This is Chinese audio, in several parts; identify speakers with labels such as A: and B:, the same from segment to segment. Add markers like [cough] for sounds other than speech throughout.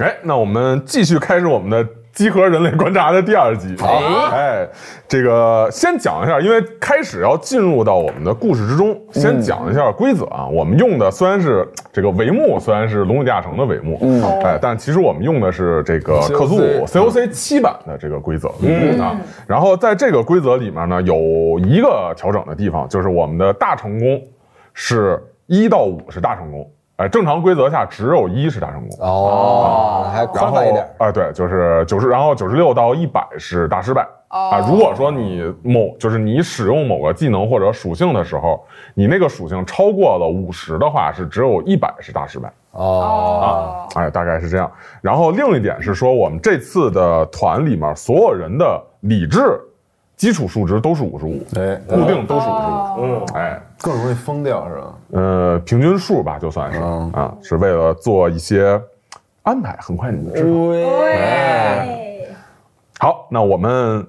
A: 哎，那我们继续开始我们的集合人类观察的第二集。好，哎，这个先讲一下，因为开始要进入到我们的故事之中，先讲一下规则啊。我们用的虽然是这个帷幕，虽然是《龙与地下城》的帷幕，嗯，哎，但其实我们用的是这个克苏鲁 COC 七版的这个规则，嗯啊。然后在这个规则里面呢，有一个调整的地方，就是我们的大成功是一到五是大成功。哎，正常规则下只有一是大成功，
B: 哦，还
A: 然
B: 宽
A: 后
B: 泛一点。
A: 哎，对，就是九十，然后九十六到一百是大失败。
B: 哦
A: 啊，如果说你某就是你使用某个技能或者属性的时候，你那个属性超过了五十的话，是只有一百是大失败。
B: 哦，
A: 哎，大概是这样。然后另一点是说，我们这次的团里面所有人的理智基础数值都是五十五，
B: 哎，
A: 固定都是五十五。
B: 哦
C: 嗯，
A: 哎，
B: 更容易疯掉是吧？
A: 呃，平均数吧，就算是
B: 嗯
A: 啊，是为了做一些安排，很快你就知道。
B: 哎
D: 对，
A: 好，那我们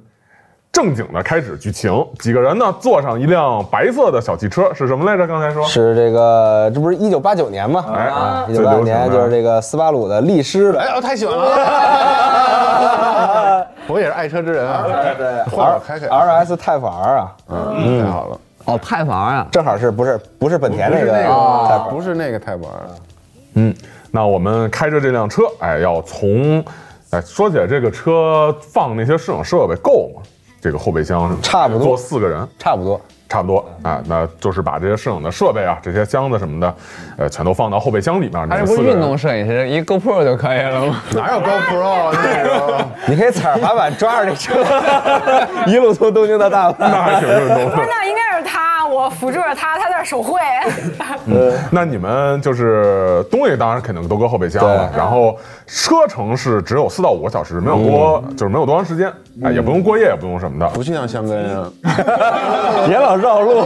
A: 正经的开始剧情。几个人呢，坐上一辆白色的小汽车，是什么来着？刚才说
B: 是这个，这不是一九八九年吗？
A: 哎
B: 啊，一
A: 最
B: 九
A: 流
B: 八九
A: 行的
B: 年就是这个斯巴鲁的力狮的，
E: 哎，我太喜欢了， [laughs] 我也是爱车之人啊，
B: 对
E: 换我开开
B: R S 泰法 R 啊，
E: 嗯，太好了，
F: 哦，派房啊，
B: 正好是不是不是本田
E: 不
B: 那
E: 是
B: 个
E: 那
B: 泰
E: 个，啊
B: 法
E: 不是那个泰博尔，
A: 那我们开着这辆车，哎，要从，哎，说起来这个车放那些摄影设备够吗？这个后备箱什么的
B: 差不多
A: 坐四个人，
B: 差不多，
A: 差不多啊，那就是把这些摄影的设备啊，这些箱子什么的，呃，全都放到后备箱里面。
F: 还
A: 你
F: 是
A: 们
F: 不
A: 四
F: 是
A: 个人
F: 运动摄影师，一 GoPro 就可以了吗？
E: 哪有啊 [laughs] GoPro 那
B: 你可以踩着滑板抓着这车，一路从东京到大阪。
A: [laughs] 那还挺运动
D: 不是
A: 的。
D: 那应该是他，我扶住了他，他在手 [laughs] 绘。
A: 那你们就是东西，当然肯定都搁后备箱了。
B: 对
A: 然后车程是只有四到五个小时，没有多、就是没有多长时间，哎，也不用过夜，也不用什么的。
E: 不去趟香根啊，
B: 别老绕路，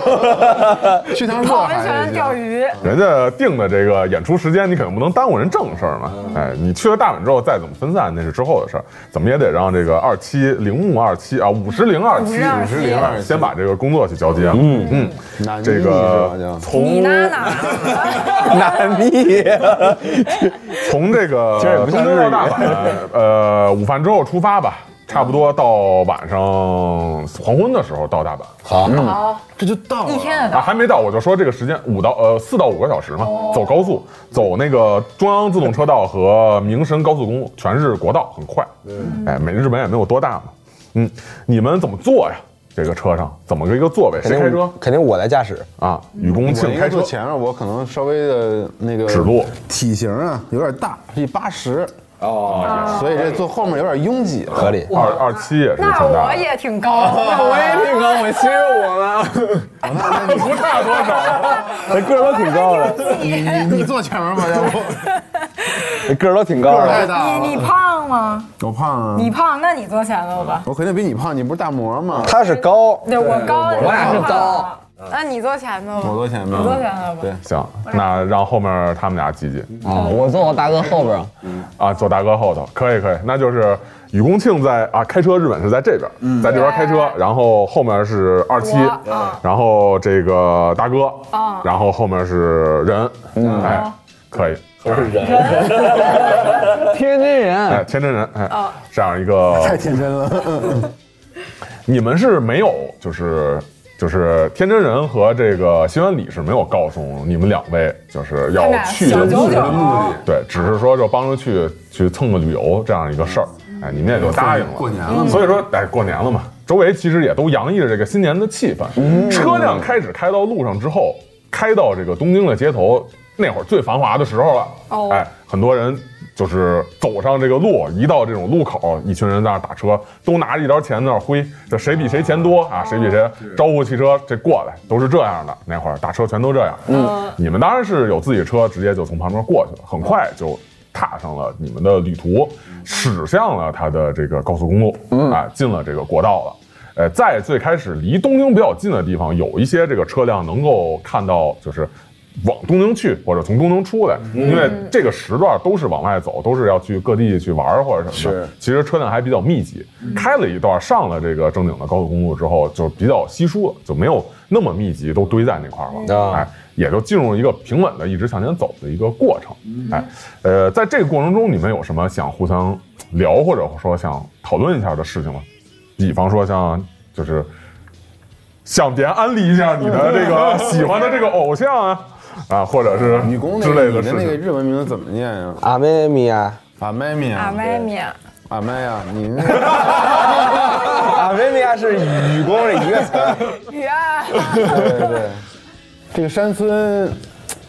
E: [laughs] 去趟热
D: 泡温泉、
E: 海
D: 钓
E: 也行。
D: 鱼，
A: 人家定的这个演出时间，你肯定不能耽误人正事儿嘛。哎，你去了大阪之后再怎么分散，那是之后的事儿，怎么也得让这个二期铃木二期啊，五十铃二期，
D: 50零
E: 二期
A: 先把这个工作去交接。嗯嗯，
E: 南
A: 这
E: 逆
A: 个
E: 是吧
A: 从
D: 你娜娜，
B: 难避。
A: 从这个
B: 实也
A: 东
B: 不像
A: 京
B: 日
A: 到
B: 语
A: 大阪，呃，午饭之后出发吧，差不多到晚上黄昏的时候到大阪
B: 好，
E: 这就到了
D: 一天的
A: 啊，
D: 到。
A: 还没到，我就说这个时间五到呃四到五个小时嘛，
D: 哦
A: 走高速，走那个中央自动车道和明神高速公路，全是国道，很快。
D: 嗯
A: 哎，美日本也没有多大嘛。嗯，你们怎么坐呀？这个车上怎么个一个座位？谁开车
B: 肯定我在驾驶。
A: 啊？雨公
E: 我
A: 庆
E: 应
A: 开
E: 该
A: 车
E: 坐，前面，我可能稍微的那个
A: 指路，
E: 体型啊有点大，一八十哦，所以这坐后面有点拥挤了，
B: 合理。
A: 二二七也是
D: 那
A: 挺大
D: 我
A: 的，
D: 也挺高，那我也
F: 挺高，我七十五了。
A: 不差多少。
B: 那个儿都挺高的，
E: 你你你坐前面 [laughs] 吧，要不
B: 那个儿都挺高的。
E: 大
D: 你你胖吗？
E: 我胖啊
D: 你，胖，那你坐前头吧。
E: 我肯定比你胖，你不是大魔吗？
B: 他是高，
D: 对我高，
F: 我俩是
D: 你胖
F: 高。
D: 那你坐前头吧。
E: 我坐前面，
D: 你坐前头吧。
E: 对
A: 行，那让后面他们俩挤挤
F: 啊，我坐我大哥后边儿，
A: 啊，坐大哥后头，可以可以，那就是雨公庆在啊开车，日本是在这边，
F: 嗯
A: 在这边开车，然后后面是二七
D: 我啊，
A: 然后这个大哥
D: 啊，
A: 然后后面是人，
F: 嗯
A: 哎，可以，
F: [laughs] 天津
A: 哎，
F: 人，
A: 天真人，哎，这样一个，
E: 太天真了，
A: 你们是没有就是。就是天真人和这个新原里是没有告诉你们两位，就是要
D: 他俩
A: 去的
D: 小九
A: 目
D: 九
A: 的，对，只是说就帮着去去蹭个旅游这样一个事儿，哎，你们也就答应了。
E: 过年了
A: 所以说，哎，过年了嘛，周围其实也都洋溢着这个新年的气氛。车辆开始开到路上之后，开到这个东京的街头，那会儿最繁华的时候了。
D: 哦
A: 哎，很多人就是走上这个路，一到这种路口，一群人在那儿打车，都拿着一沓钱在那儿挥，这谁比谁钱多啊，谁比谁招呼汽车这过来，都是这样的。那会儿打车全都这样。嗯，你们当然是有自己车，直接就从旁边过去了，很快就。踏上了你们的旅途，驶向了它的这个高速公路，啊，进了这个国道了。呃，在最开始离东京比较近的地方，有一些这个车辆能够看到，就是往东京去或者从东京出来，因为这个时段都是往外走，都是要去各地去玩儿或者什么的。其实车辆还比较密集。开了一段上了这个正经的高速公路之后，就比较稀疏了，就没有那么密集，都堆在那块儿了。
B: 啊
A: 哎，也就进入一个平稳的一直向前走的一个过程。哎，呃，在这个过程中，你们有什么想互相聊或者说想讨论一下的事情吗？比方说像就是向别人安利一下你的这 [laughs] 个喜欢的这个偶像啊。啊，或者是
E: 女工那
A: 之
E: 个
A: 类
E: 你
A: 的
E: 的
A: 事
E: 那个
A: 情，
E: 日文名字怎么念呀？
B: 阿妹咪呀，
E: 阿麦咪
D: 阿
E: 啊，
D: 妹咪，
E: 阿麦呀，你那
B: 阿妹咪呀啊是雨宫是一个词儿，
D: 雨啊，
E: 对对，这个山村。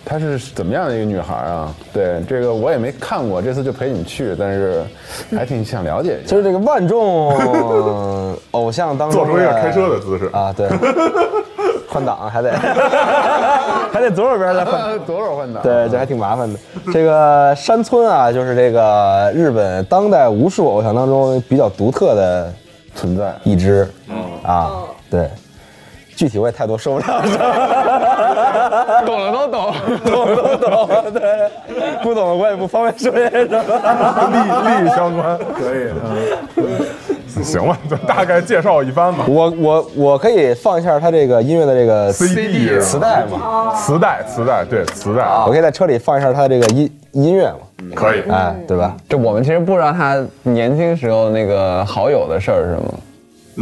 E: 她是怎么样的一个女孩啊？对，这个我也没看过，这次就陪你们去，但是还挺想了解一下。
B: 就是这个万众偶像当中
A: 做
B: 的
A: 出一个开车的姿势
B: 啊，对，换挡还 [laughs] 得还得左手边再换。
E: 多少换挡？
B: 对，这还挺麻烦的。这个山村啊，就是这个日本当代无数偶像当中比较独特的
E: 存在。
B: 一支
F: 嗯
B: 啊，对。具体我也太多说不了什么，
F: 懂了都懂。
B: [laughs] 懂都懂，对，不懂我也不方便说些什么。
A: [laughs] 利利益相关， [laughs] 可以，嗯 [laughs] 行吧，就大概介绍一番吧。
B: 我我我可以放一下他这个音乐的这个
A: CD
B: 磁带嘛，
A: 磁带，磁带，对，磁带，
E: 啊
B: 我可以在车里放一下他这个音音乐嘛，
A: 可以。
B: 哎，对吧？
F: 这我们其实不知道他年轻时候那个好友的事儿是吗？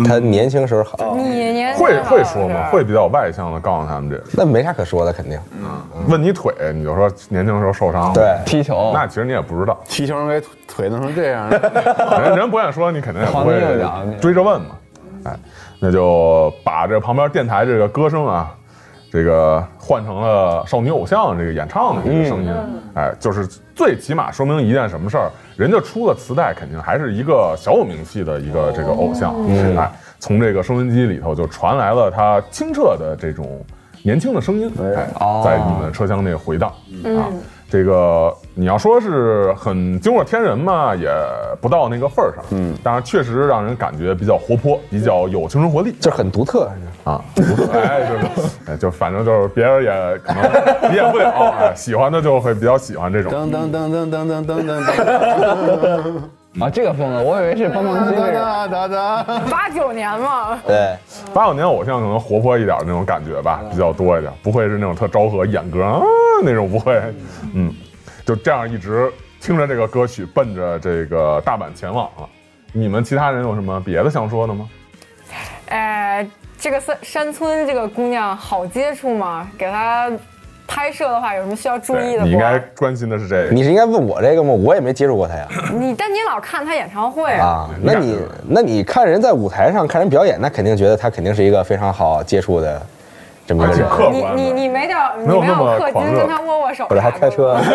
B: 他年轻时候好，
D: 你年啊纪
A: 会
D: 大
A: 会说吗？
D: 了
A: 会比较外向的告诉他们这，
B: 那没啥可说的，肯定。
F: 嗯
A: 问你腿，你就说年轻时候受伤了。
B: 对，
F: 踢球，
A: 那其实你也不知道，
E: 踢球儿给腿弄成这样儿，
A: [laughs] 人人不愿说，你肯定也不
F: 黄
A: 会
F: 金右脚
A: 追着问嘛。哎，那就把这旁边电台这个歌声啊，这个换成了少女偶像这个演唱的这个声音。哎，就是最起码说明一件什么事儿，人家出了磁带，肯定还是一个小有名气的一个这个偶像。哎，
F: 嗯
A: 从这个收音机里头就传来了他清澈的这种年轻的声音，哎，
F: 哦
A: 在你们的车厢内回荡。啊，这个你要说是很惊为天人嘛，也不到那个份儿上。嗯，当然确实让人感觉比较活泼，比较有青春活力
B: 就是很独特，
A: 啊。 [laughs] 哎，就是，哎，就反正就是别人也可能理解不了， [laughs] 哎，喜欢的就会比较喜欢这种。
E: 噔噔噔噔噔噔噔噔噔
F: 啊，这个风格，我以为是帮忙机那
E: 噔
F: 个。
E: 哒哒哒。
D: 八九年嘛，
B: 对。
A: 八九年偶像可能活泼一点那种感觉吧，比较多一点，不会是那种特昭和演歌啊那种，不会。嗯，就这样一直听着这个歌曲，奔着这个大阪前往了。你们其他人有什么别的想说的吗？
D: 哎，这个山山村这个姑娘好接触吗？给她拍摄的话，有什么需要注
A: 对
D: 意的不？
A: 你应该关心的是这个。
B: 你是应该问我这个吗？我也没接触过他 [laughs] 呀。
D: 你但你老看她演唱会，
B: 啊，
A: 你
B: 那
A: 敢
B: 你
A: 说
B: 那你看人在舞台上看人表演，那肯定觉得他肯定是一个非常好接触的这么一个
A: 而且
B: 人，啊
A: 客
D: 你
A: 观
D: 你
A: 的
D: 你没点你
A: 没有
D: 没
A: 那么
D: 有氪
A: 狂
D: 金
A: 热
D: 跟她握握手
B: 不
D: 啥的吗，
B: 哦是还开车。 [laughs]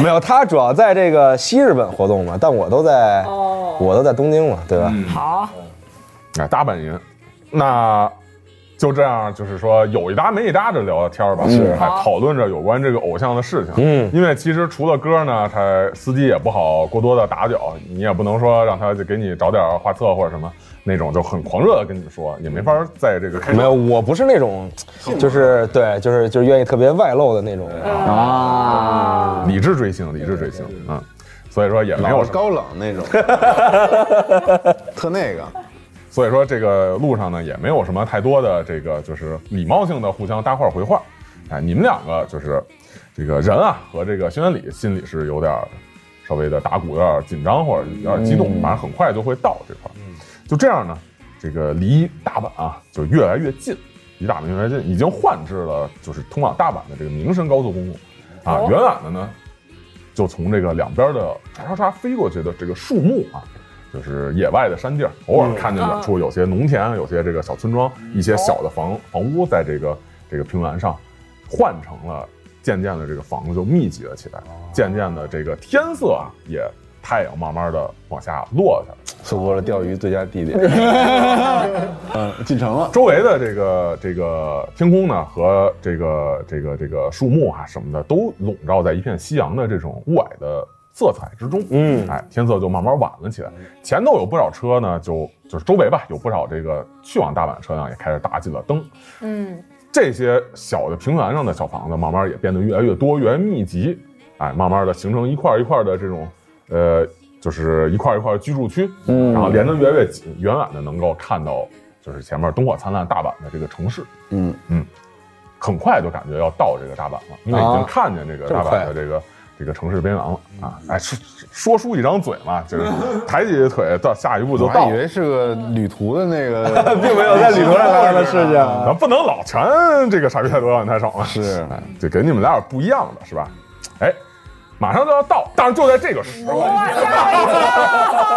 B: 没有，他主要在这个西日本活动嘛，但我都在，我都在东京嘛，对吧？
D: 哦
E: 嗯
D: 好，
A: 哎，大阪人，那就这样，就是说有一搭没一搭的聊聊天儿吧，是、还讨论着有关这个偶像的事情。嗯，因为其实除了歌呢，他司机也不好过多的打搅，你也不能说让他就给你找点画册或者什么那种就很狂热的跟你说，也没法在这个开车
B: 没有，我不是那种，就是对，就是就是愿意特别外露的那种。
E: 嗯
B: 啊
A: 理智追星，理智追星，嗯，所以说也没有
E: 老
A: 什
E: 是
A: 么。
E: 高冷那种，特那个。
A: 所以说这个路上呢也没有什么太多的这个就是礼貌性的互相搭话回话，哎，你们两个就是这个人啊和这个轩辕礼心里是有点儿稍微的打鼓，有点儿紧张或者有点儿激动，反正很快就会到这块儿。就这样呢，这个离大阪啊就越来越近，离大阪越来越近，已经换至了就是通往大阪的这个名神高速公路啊，远远的呢就从这个两边的唰唰唰飞过去的这个树木啊，就是野外的山地儿，偶尔看见远处有些农田，有些这个小村庄，一些小的房房屋在这个这个平原上换成了，渐渐的这个房子就密集了起来，渐渐的这个天色啊也太阳慢慢的往下落下来。
E: 错过了钓鱼最佳地点。嗯，进城了。
A: 周围的这个这个天空呢和这个这个这个树木啊什么的都笼罩在一片夕阳的这种雾霭的色彩之中。嗯，哎，天色就慢慢晚了起来。前头有不少车呢，就就是周围吧，有不少这个去往大阪的车辆也开始打起了灯。
D: 嗯，
A: 这些小的平原上的小房子，慢慢也变得越来越多、越来越密集，哎，慢慢的形成一块一块的这种，呃，就是一块一块的居住区，嗯，然后连得越来越紧，远远的能够看到就是前面灯火灿烂大阪的这个城市，嗯嗯，很快就感觉要到这个大阪了，因为已经看见这个
B: 这么
A: 大
B: 快
A: 阪的这个这个城市边缘了啊！哎，说说出一张嘴嘛，就是抬起腿到下一步就
E: 我还
A: 到
E: 以
A: 了。
E: 为是个旅途的那个，
B: [laughs] 并没有在旅途上发生的事情。
A: 咱不能老全这个傻逼太多，太少了。
E: 啊是
A: 哎，就给你们来点不一样的，是吧？哎，马上就要到，但是就在这个时
D: 哦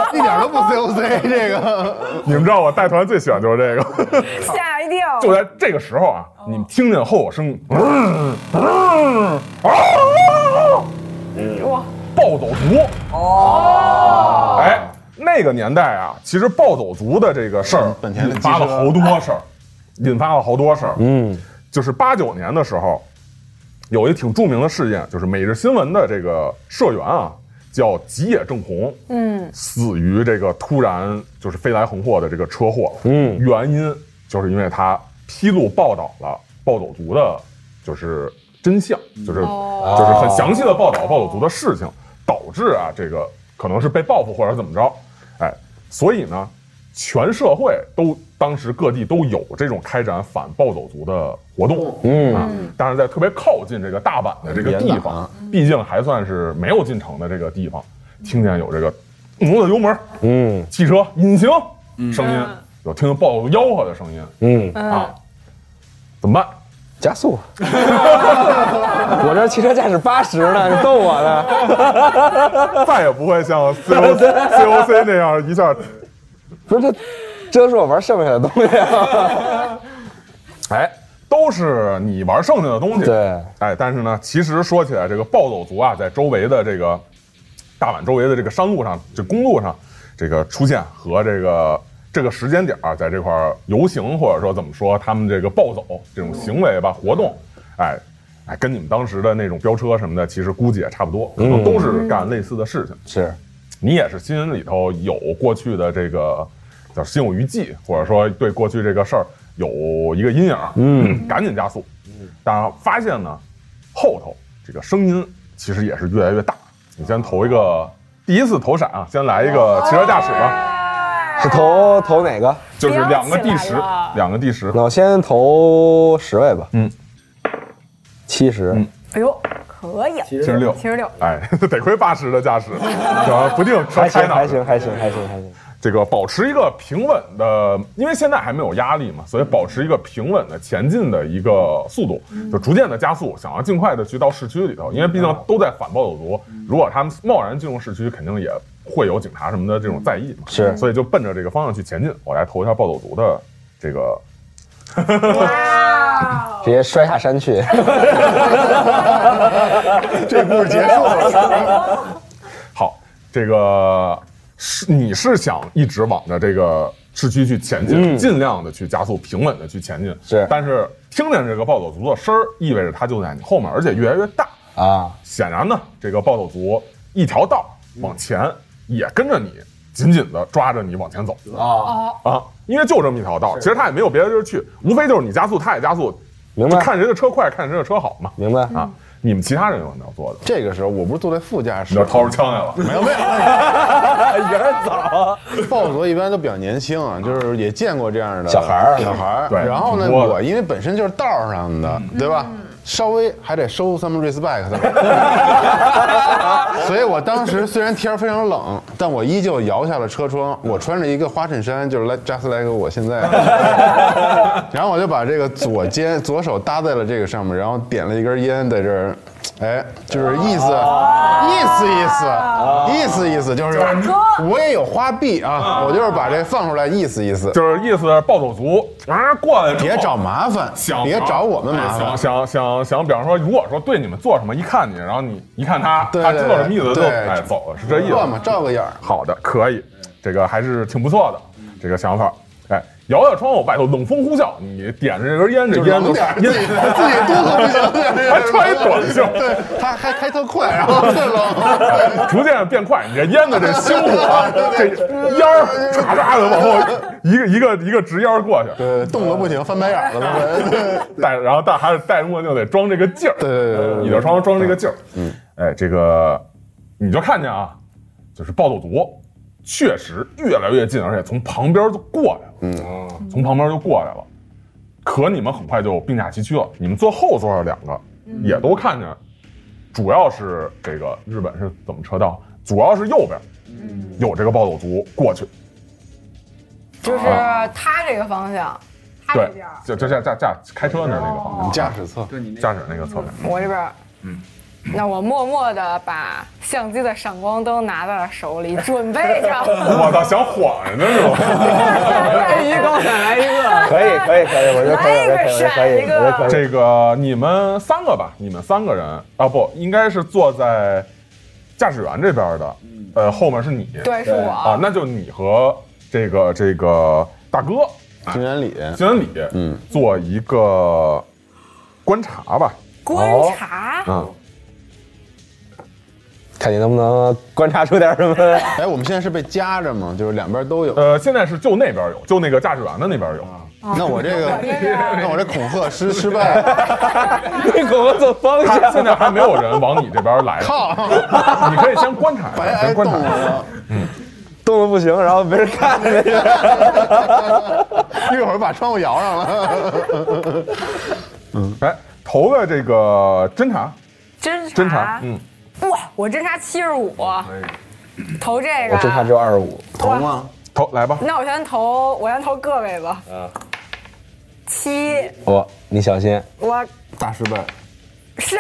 A: 候，
E: [laughs] 一点都不 COC 这
B: [laughs]
E: 个。
A: 你们知道我带团最喜欢就是这个。
D: 吓一跳！
A: 就在这个时候啊，你们听见后火声，
D: 哇，
E: 嗯
A: 暴走族。哦，哎，那个年代啊，其实暴走族的这个事儿
E: 本田的
A: 引发了
E: 机车
A: 好多事儿，引发了好多事儿。嗯，就是八九年的时候，有一挺著名的事件，就是《每日新闻》的这个社员啊，叫吉野正弘，嗯，死于这个突然就是飞来横祸的这个车祸。嗯，原因就是因为他披露报道了暴走族的，就是真相，就是、
D: 哦
A: 就是很详细的报道暴走族的事情，导致啊这个可能是被报复或者怎么着，哎，所以呢，全社会都当时各地都有这种开展反暴走族的活动，嗯啊，但是在特别靠近这个大阪的这个地
E: 严打
A: 方
E: 啊，
A: 毕竟还算是没有进城的这个地方，听见有这个挪的油门，
B: 嗯
A: 汽车引擎声音
D: 嗯，
A: 有听见暴走族吆喝的声音
B: 嗯，
A: 啊，怎么办？
B: 加
E: [laughs]
B: 速。我这汽车驾驶八十呢，你逗我呢？
A: [laughs] 再也不会像 COC COC 那样一下
B: 不是，这这是我玩剩下的东西啊。
A: 哎，都是你玩剩下的东西。
B: 对，
A: 哎，但是呢，其实说起来，这个暴走族啊，在周围的这个大阪周围的这个山路上、这公路上，这个出现和这个这个时间点儿啊在这块儿游行，或者说怎么说，他们这个暴走这种行为吧，活动，哎。哎，跟你们当时的那种飙车什么的，其实估计也差不多，可能都是干类似的事情。
B: 是，
A: 你也是心里头有过去的这个叫心有余悸，或者说对过去这个事儿有一个阴影，嗯，赶紧加速。但发现呢，后头这个声音其实也是越来越大。你先投一个，第一次投闪啊，先来一
D: 哦
A: 个汽车驾驶吧，
B: 是投投哪个？
A: 就是两个第十
D: 哦亮起来了，
A: 两个第十
B: 那，我先投十位吧。
A: 嗯，
B: 七十。
A: 嗯
D: 哎呦，可以，七
A: 七十六，
D: 七十六，
A: 哎，得亏八十的驾
D: [laughs]
A: 驶，然后不定车开
B: 还行，
A: 哪
B: 还
A: 儿
B: 行，还行，还行，还行。
A: 这个保持一个平稳的，因为现在还没有压力嘛，所以保持一个平稳的前进的一个速度，就逐渐的加速，想要尽快的去到市区里头，因为毕竟都在反暴走族，如果他们贸然进入市区，肯定也会有警察什么的这种在意嘛，
B: 是
A: 所以就奔着这个方向去前进。我来投一下暴走族的这个，
D: 哇，
B: 直接摔下山去。
E: 这故事结束了，
A: 好，这个是你是想一直往着这个市区去前进，尽量的去加速，平稳的去前进。
B: 嗯是
A: 但是听见这个暴走族的声儿，意味着它就在你后面，而且越来越大。
B: 啊，
A: 显然呢，这个暴走族一条道往前，也跟着你，紧紧的抓着你往前走
D: 哦，
A: 啊，因为就这么一条道，其实他也没有别的地儿去，无非就是你加速，他也加速，
B: 明白
A: 就看谁的车快，看谁的车好嘛。
B: 明白。
A: 啊，你们其他人有什么要做的？
B: 嗯
E: 这个时候我不是坐在副驾驶
A: 你，就掏出枪来了。
E: 没有没有，
B: 有点早。
E: 暴走一般都比较年轻啊，就是也见过这样的
B: 小孩儿
E: 小孩儿。
A: 对
E: 然后呢，
A: 挺多的
E: 我因为本身就是道上的，对吧？稍微还得收 some respect，所以我当时虽然天儿非常冷，但我依旧摇下了车窗。我穿着一个花衬衫，就是来 just like 我现在，然后我就把这个左肩左手搭在了这个上面，然后点了一根烟在这儿，哎，就是意思、意思意思、意思意思，就是我也有花臂啊，我就是把这放出来意思意思，
A: 就是意思是暴走族啊过来之后
E: 别找麻烦，
A: 想
E: 别找我们啊麻
A: 哎想
E: 烦。
A: 想想想，比方说，如果说对你们做什么，一看你，然后你一看他，
E: 对
A: 他知道什么意思就
E: 对
A: 哎走了，是这意思。
E: 照嘛，照个眼儿。
A: 好的，可以，这个还是挺不错的，这个想法。哎，摇摇窗户，外头冷风呼啸，你点着这根烟，这烟
E: 冷
A: 就
E: 点儿，自己
A: 烟
E: 自己哆嗦不行，
A: 还穿一短袖
E: 对，他还开特快，然后特冷。
A: [laughs] 逐渐变快，你这烟的这修啊，这烟儿唰唰的往后一个一个一个直烟儿过去，
E: 呃，冻得不行，翻白眼儿了都。
A: 戴，然后但还是戴着墨镜得装这个劲儿，
E: 对对对对对
A: 你的窗装这个劲儿，嗯，哎，这个你就看见啊，就是暴走族确实越来越近，而且从旁边就过来了，嗯，从旁边就过来了，可你们很快就并驾齐驱了。你们坐后座的两个也都看见，主要是这个日本是怎么车道，主要是右边有这个暴走族过去，
D: 就是
A: 啊
D: 他这个方向，他这
A: 对
D: 边儿，，
A: 就就驾驾驾开车那儿那个方向，
E: 驾驶侧，
A: 驾驶那个侧面。
D: 我这边儿。那我默默的把相机的闪光灯拿在了手里，准
A: [laughs]
D: 备着。
A: 我操，想晃人家是吧？
F: 一高闪来一个，
B: 可以可以可以，我觉得可以，我觉得可以，我觉得可以，
D: 来一个闪一个
B: 我觉得可以。
A: 这个你们三个吧，你们三个人啊，不应该是坐在驾驶员这边的，
E: 嗯
A: 呃，后面是你，
D: 对，是
A: 啊
D: 我，。
A: 那就你和这个这个大哥
E: 金元里，
A: 金文礼，嗯，做一个观察吧，
D: 观察，
A: 啊，
E: 哦
B: 看你能不能观察出点什么。
E: 哎，我们现在是被夹着吗？就是两边都有。
A: 呃，现在是就那边有，就那个驾驶员的那边有，
E: 那我这个，那我这恐吓失失败了，
B: 你给我走方
A: 他 [laughs] 现在还没有人往你这边来，
E: 靠，
A: [laughs] 你可以先观察一
E: 白
A: 下，
E: 挨
A: 先
E: 冻
A: 观察一下。
E: 了。
B: 动的不行，然后没人看着。
E: 一会儿把窗户摇上了。
A: 来哎投个这个侦查，
D: 侦查，
A: 侦查，嗯，
D: 哇，我侦查七十五，投这个。
B: 我侦查只有二十五，
E: 投吗？
A: 投来吧，
D: 那我先投，我先投个位吧。七，
B: 我你小心，
D: 我啊
E: 大失败。
D: 十，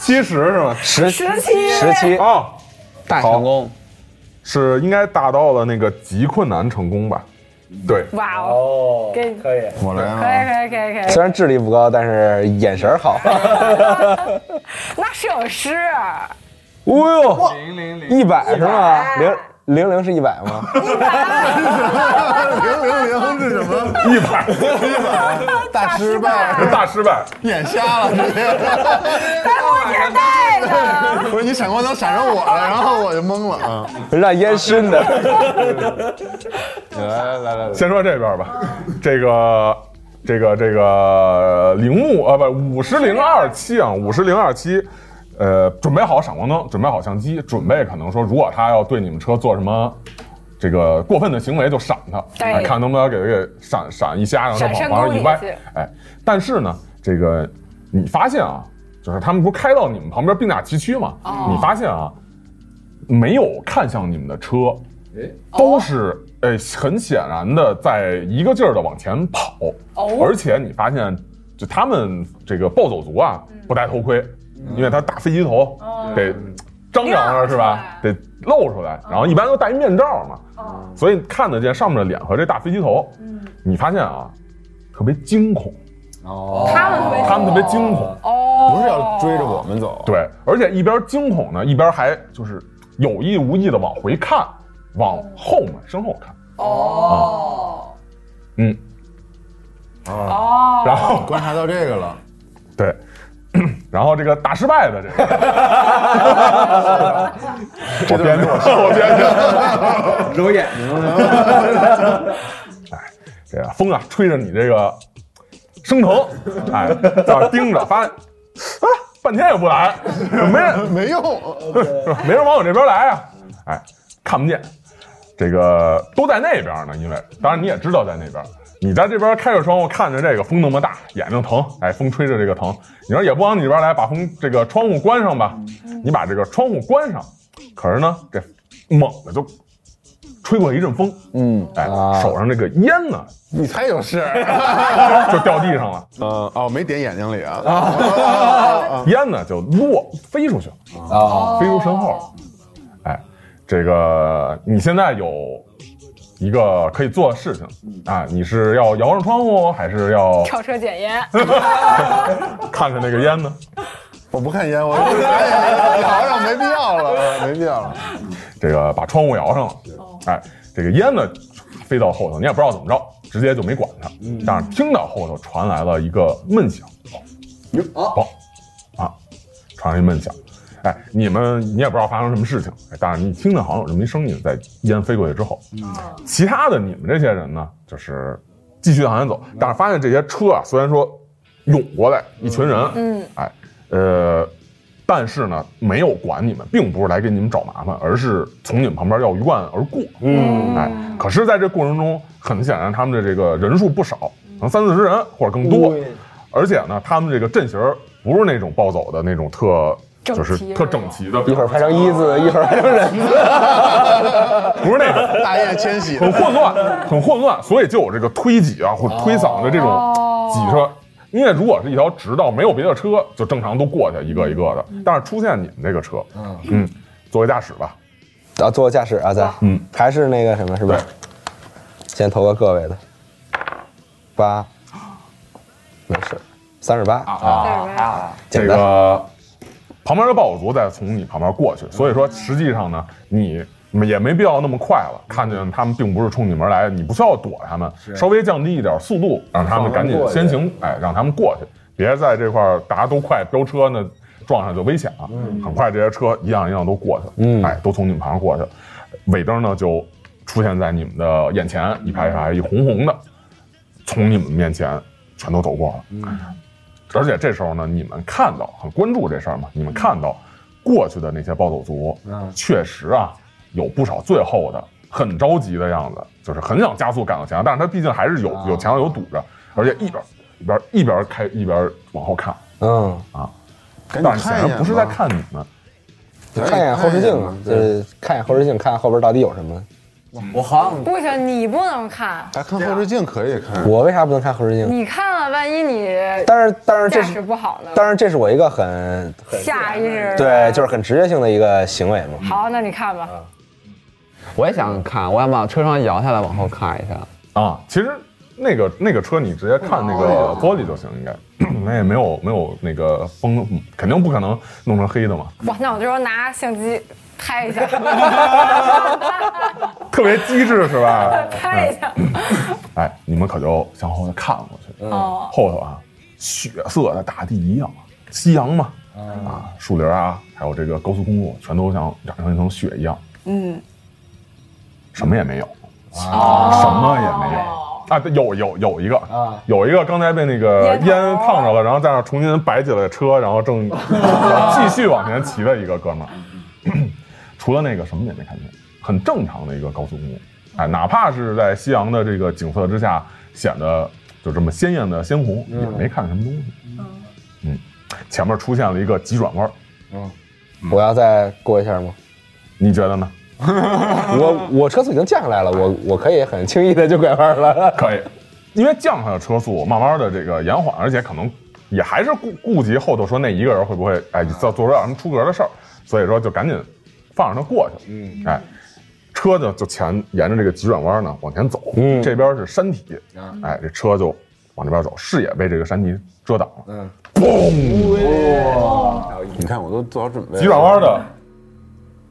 A: 七十是吧？
B: 十
D: 十七
B: 十七，
A: 哦，
F: 大成功，
A: 是应该达到了那个极困难成功吧？对，
D: 哇
C: 哦，
D: 哦，给
C: 可以，
E: 我来
D: 可以
E: 啊！
D: 可以可以可以。
B: 虽然智力不高，但是眼神好。
D: 那摄影师，
B: 哦呦，一百是吗？
D: 100
B: 零零零是一百吗？
E: 零零零是什么？
A: 一百
E: 大失败，
A: 大失败，
E: 眼瞎了直接。
D: 年代的，
E: 不是你闪光灯闪着我了，然后我就懵了啊！
B: 让烟熏的。
E: 嗯来来来来，
A: 先说这边吧，这个。这个这个铃木啊，不五十零二七啊，五十零二七，呃，准备好闪光灯，准备好相机，准备可能说，如果他要对你们车做什么这个过分的行为，就闪他，
D: 对
A: 哎看能不能给他给闪闪一下，让他
D: 闪
A: 往
D: 身
A: 往
D: 沟
A: 上一
D: 里
A: 歪
D: 去。
A: 哎，但是呢，这个你发现啊，就是他们不是开到你们旁边并驾齐驱嘛，
D: 哦
A: 你发现啊，没有看向你们的车，都是呃很显然的在一个劲儿的往前跑，
D: 哦
A: 而且你发现就他们这个暴走族啊不戴头盔，因为他大飞机头
D: 哦
A: 得张扬着是吧？
D: 亮
A: 得露出来，然后一般都戴一面罩嘛，所以看得见上面的脸和这大飞机头，你发现啊特别惊恐，
E: 哦
D: 他们特别
A: 他们特别惊恐，
D: 哦，
E: 不是要追着我们走，
A: 对，而且一边惊恐呢，一边还就是有意无意的往回看，往后面身后看，
D: 哦，
A: 嗯，
D: 哦，
A: 然后。
E: 观察到这个了，
A: 对， [clears throat] 然后这个大失败的这 [laughs] 个，我编的，我编的。
F: 揉眼睛
A: 这个风啊，吹着你这个升腾，哎，在那儿盯着，发现啊，半天也不来，没人，
E: 没用。
A: [laughs] 没人往我这边来啊，哎，看不见。这个都在那边呢，因为当然你也知道在那边，你在这边开着窗户看着这个风那么大，眼睛疼，哎，风吹着这个疼，你说也不往你这边来，把风这个窗户关上吧，你把这个窗户关上，可是呢，这猛的就吹过来一阵风，嗯，哎，手上这个烟呢
E: 你才有事。 [laughs]
A: 就掉地上了，
E: 嗯哦，没点眼睛里啊。啊
A: 烟呢就落飞出去了。
B: 啊，
A: 飞出身后。哎，这个你现在有一个可以做的事情啊，你是要摇上窗户，还是要
D: 跳车检验，
A: 看看那个烟呢？
E: 我不看烟，我哎摇上没必要 [laughs] 了，没必要了。
A: 这个把窗户摇上了，哎，这个烟呢飞到后头，你也不知道怎么着，直接就没管它。但是听到后头传来了一个闷响，爆啊，传来一闷响。哎，你们你也不知道发生什么事情，哎但是你听着好像有这么一声音，在烟飞过去之后，其他的你们这些人呢，就是继续往前走，但是发现这些车啊，虽然说涌过来一群人，嗯，哎，呃，但是呢，没有管你们，并不是来给你们找麻烦，而是从你们旁边要鱼嗯
B: 嗯
A: 贯而过。嗯，哎，可是在这过程中，很显然他们的这个人数不少，可能三四十人或者更多
B: 对。
A: 而且呢，他们这个阵型儿不是那种暴走的那种特，
D: 整齐
A: 就是
D: 是吧
A: 特整齐的，
B: 一会儿拍成一字，一会儿拍成人字，
A: 啊不是那种，
E: 大雁迁徙
A: 很混乱，很混乱，所以就有这个推挤啊或者推搡的这种
D: 哦
A: 挤车。因为如果是一条直道，没有别的车，就正常都过去一个一个的。但是出现你们这个车，嗯，作为驾驶吧，
B: 啊，坐驾驶啊，咱
A: 嗯
B: 还是那个什么，是吧？先投个个位的，八，没事，三十八啊，
A: 这
B: 简单。
A: 个旁边的暴走族再从你旁边过去，所以说实际上呢，你也没必要那么快了。看见他们并不是冲你们而来，你不需要躲他们，稍微降低一点速度，让他们赶紧先行，哎，让他们过去，别在这块儿大家都快飙车呢，撞上就危险了。很快这些车一样一样都过去了，
B: 嗯
A: 哎，都从你们旁边过去了，尾灯呢就出现在你们的眼前，一排一排一红红的，从你们面前全都走过了。而且这时候呢，你们看到很关注这事儿嘛，你们看到过去的那些暴走族，
E: 嗯
A: 确实啊，有不少最后的很着急的样子，就是很想加速赶到前，但是他毕竟还是有
E: 啊
A: 有墙有堵着，而且一边一边一边开一边往后看，
B: 嗯，
E: 赶紧
A: 但是显
E: 看一眼
A: 然
E: 吧
A: 不是在，看你们，
B: 看一眼后视镜嘛，就
E: 对，
B: 是看一眼后视镜，看后边到底有什么。
F: 我好像
D: 不行，你不能看，
E: 还看后视镜可以看。
B: 我为啥不能看后视镜？
D: 你看了，万一你
B: 但是，但是
D: 嗯驾
B: 这
D: 驶
B: 是，
D: 不好呢？
B: 但是这是我一个很，很
D: 下意识
B: 对，就是很直接性的一个行为嘛。
D: 好，那你看吧。
F: 我也想看，我想把车窗摇下来往后看一下。
A: 啊，其实那个那个车你直接看那个
E: 啊
A: 玻璃就行，应该 [clears throat] 那也没有没有那个风，肯定不可能弄成黑的嘛，
D: 哇，那我这时候拿相机拍一下，
A: 特别机智是
E: [laughs]
A: 吧？
D: 拍一下。
A: 哎，你们可就向后头看过去，
D: 哦，
A: 后头啊，血色的大地一样，夕阳嘛，啊，树林啊，还有这个高速公路，全都像染上一层血一样，
C: 嗯，
A: 什么也没有，什么也没有。啊，对有有有一个啊，有一个刚才被那个
D: 烟头
A: 烟烫着了，然后在那儿重新摆起了车，然后正继续往前骑的一个哥们儿， [clears throat] 除了那个什么也没看见，很正常的一个高速公路。哎，哪怕是在夕阳的这个景色之下，显得就这么鲜艳的鲜红，也没看什么东西。嗯，前面出现了一个急转弯儿，
B: 我要再过一下吗？
A: 你觉得呢？
B: 我我车速已经降下来了，我我可以很轻易的就拐弯了。 [laughs]
A: 可以，因为降下的车速，慢慢的这个延缓，而且可能也还是顾顾及后头说那一个人会不会哎做做出点什么出格的事儿，所以说就赶紧放着他过去。嗯，哎，车呢就前沿着这个急转弯呢往前走，
B: 嗯
A: 这边是山体，哎，这车就往这边走，视野被这个山体遮挡了。嗯，嘣，
E: 你看我都做好准备了。
A: 急转弯的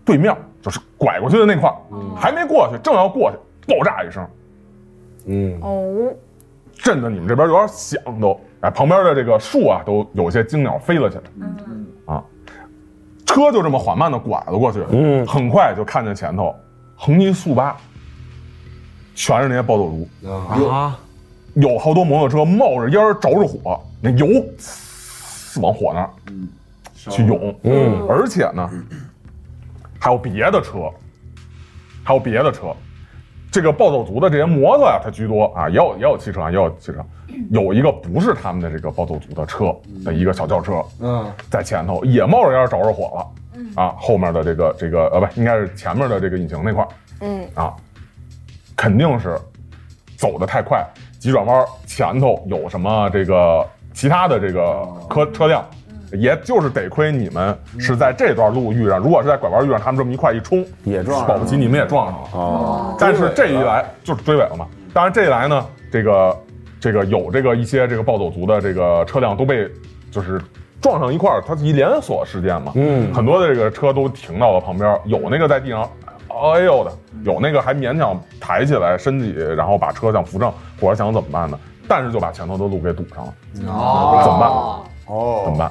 A: 对面就是拐过去的那块儿，还没过去，正要过去，爆炸一声。
B: 嗯，
D: 哦，
A: 震得你们这边有点响都，哎，旁边的这个树啊都有些惊鸟飞了起来，啊，车就这么缓慢的拐了过去，
B: 嗯
A: 很快就看见前头横七竖八，全是那些暴走族，
F: 啊，
A: 有好多摩托车冒着烟儿着着火，那油呲往火那儿去涌，
B: 嗯，
A: 而且呢，还有别的车，还有别的车。这个暴走族的这些摩托呀、它居多啊，也有也有汽车啊，也有汽车。有一个不是他们的这个暴走族的车的一个小轿车，嗯，在前头也冒着烟儿着着火了，嗯啊，后面的这个这个呃不应该是前面的这个引擎那块儿，
D: 嗯
A: 啊，肯定是走得太快，急转弯前头有什么这个其他的这个
E: 哦
A: 车车辆，
E: 嗯
A: 也就是得亏你们是在这段路遇上，如果是在拐弯遇上他们这么一块一冲，
E: 也撞上了
A: 保不齐你们也撞上了。
E: 哦，
A: 但是这一来就是追尾了嘛。当然这一来呢，这个这个有这个一些这个暴走族的这个车辆都被就是撞上一块儿，它是一连锁事件嘛。嗯，很多的这个车都停到了旁边，有那个在地上。哎呦的，有那个还勉强抬起来身体，然后把车想扶正，或者想怎么办呢？但是就把前头的路给堵上了，
F: 哦
A: 怎么办？怎么
E: 哦，
A: 办？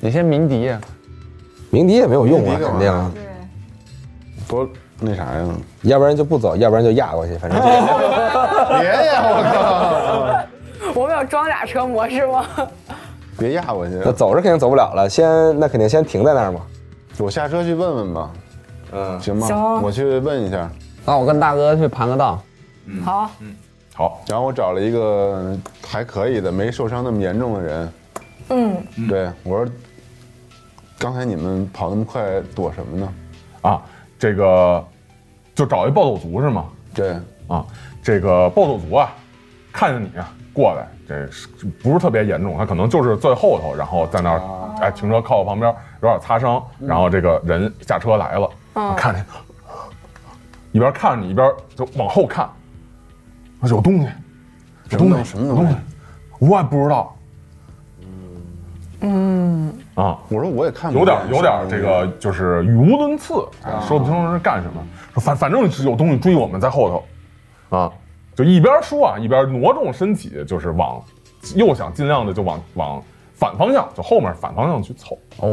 F: 你先鸣笛啊呀，
B: 鸣笛也没有用啊，
E: 鸣笛干嘛
B: 肯定啊，
D: 对，
E: 多那啥呀？
B: 要不然就不走，要不然就压过去，反正 [laughs] 就。
E: 别呀，我
D: 我们有装甲车模式吗？
E: 靠！别压我去，
B: 那走是肯定走不了了，先那肯定先停在那儿嘛。
E: 我下车去问问吧，
B: 嗯，
E: 行吗？啊
D: 行
E: 我去问一下。
F: 啊那我跟大哥去盘个道。
D: 好，
A: 好，
E: 然后我找了一个还可以的，没受伤那么严重的人。嗯，对我说，刚才你们跑那么快，躲什么呢？
A: 啊，这个就找一暴走族是吗？
E: 对，
A: 啊，这个暴走族啊，看见你啊过来，这是不是特别严重？他可能就是最后头，然后在那儿、
E: 啊
A: 哎停车靠我旁边，有点擦伤，
E: 嗯
A: 然后这个人下车来了，
D: 嗯
A: 看见一边看着你一边就往后看，我说有东西，有东西
E: 什么东西什么
A: 东
E: 东
A: 西
E: 西，
A: 我也不知道。嗯啊，
E: 我说我也看不
A: 有点
E: 见
A: 有点这个就是语无伦次，哎说不清是干什么。说反反正是有东西追我们在后头，啊，就一边说啊一边挪动身体，就是往又想尽量的就往往反方向，就后面反方向去凑。哎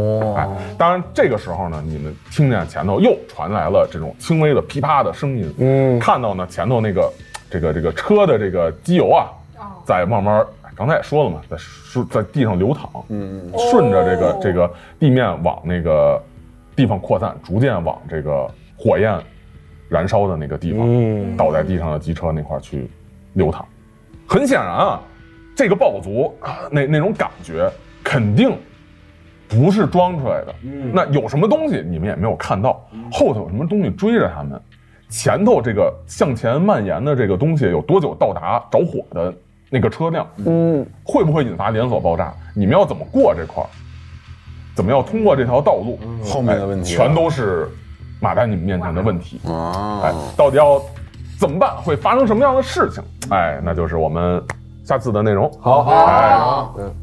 F: 哦，，
A: 当然这个时候呢，你们听见前头又传来了这种轻微的噼啪的声音，嗯，看到呢前头那个这个这个车的这个机油啊，在慢慢，哎刚才也说了嘛，在是在地上流淌，嗯，顺着这个、
D: 哦
A: 这个地面往那个地方扩散，逐渐往这个火焰燃烧的那个地方，
B: 嗯
A: 倒在地上的机车那块儿去流淌。很显然啊，这个暴走族啊那那种感觉肯定不是装出来的。那有什么东西你们也没有看到，后头有什么东西追着他们，前头这个向前蔓延的这个东西有多久到达着火的那个车辆，
F: 嗯，
A: 会不会引发连锁爆炸？你们要怎么过这块儿？怎么要通过这条道路？
E: 嗯后面的问题
A: 哎
E: 了
A: 全都是马丹你们面前的问题。哎
E: 啊，，
A: 到底要怎么办？会发生什么样的事情？哎，那就是我们下次的内容。好，
B: 好
A: 哎，
B: 嗯，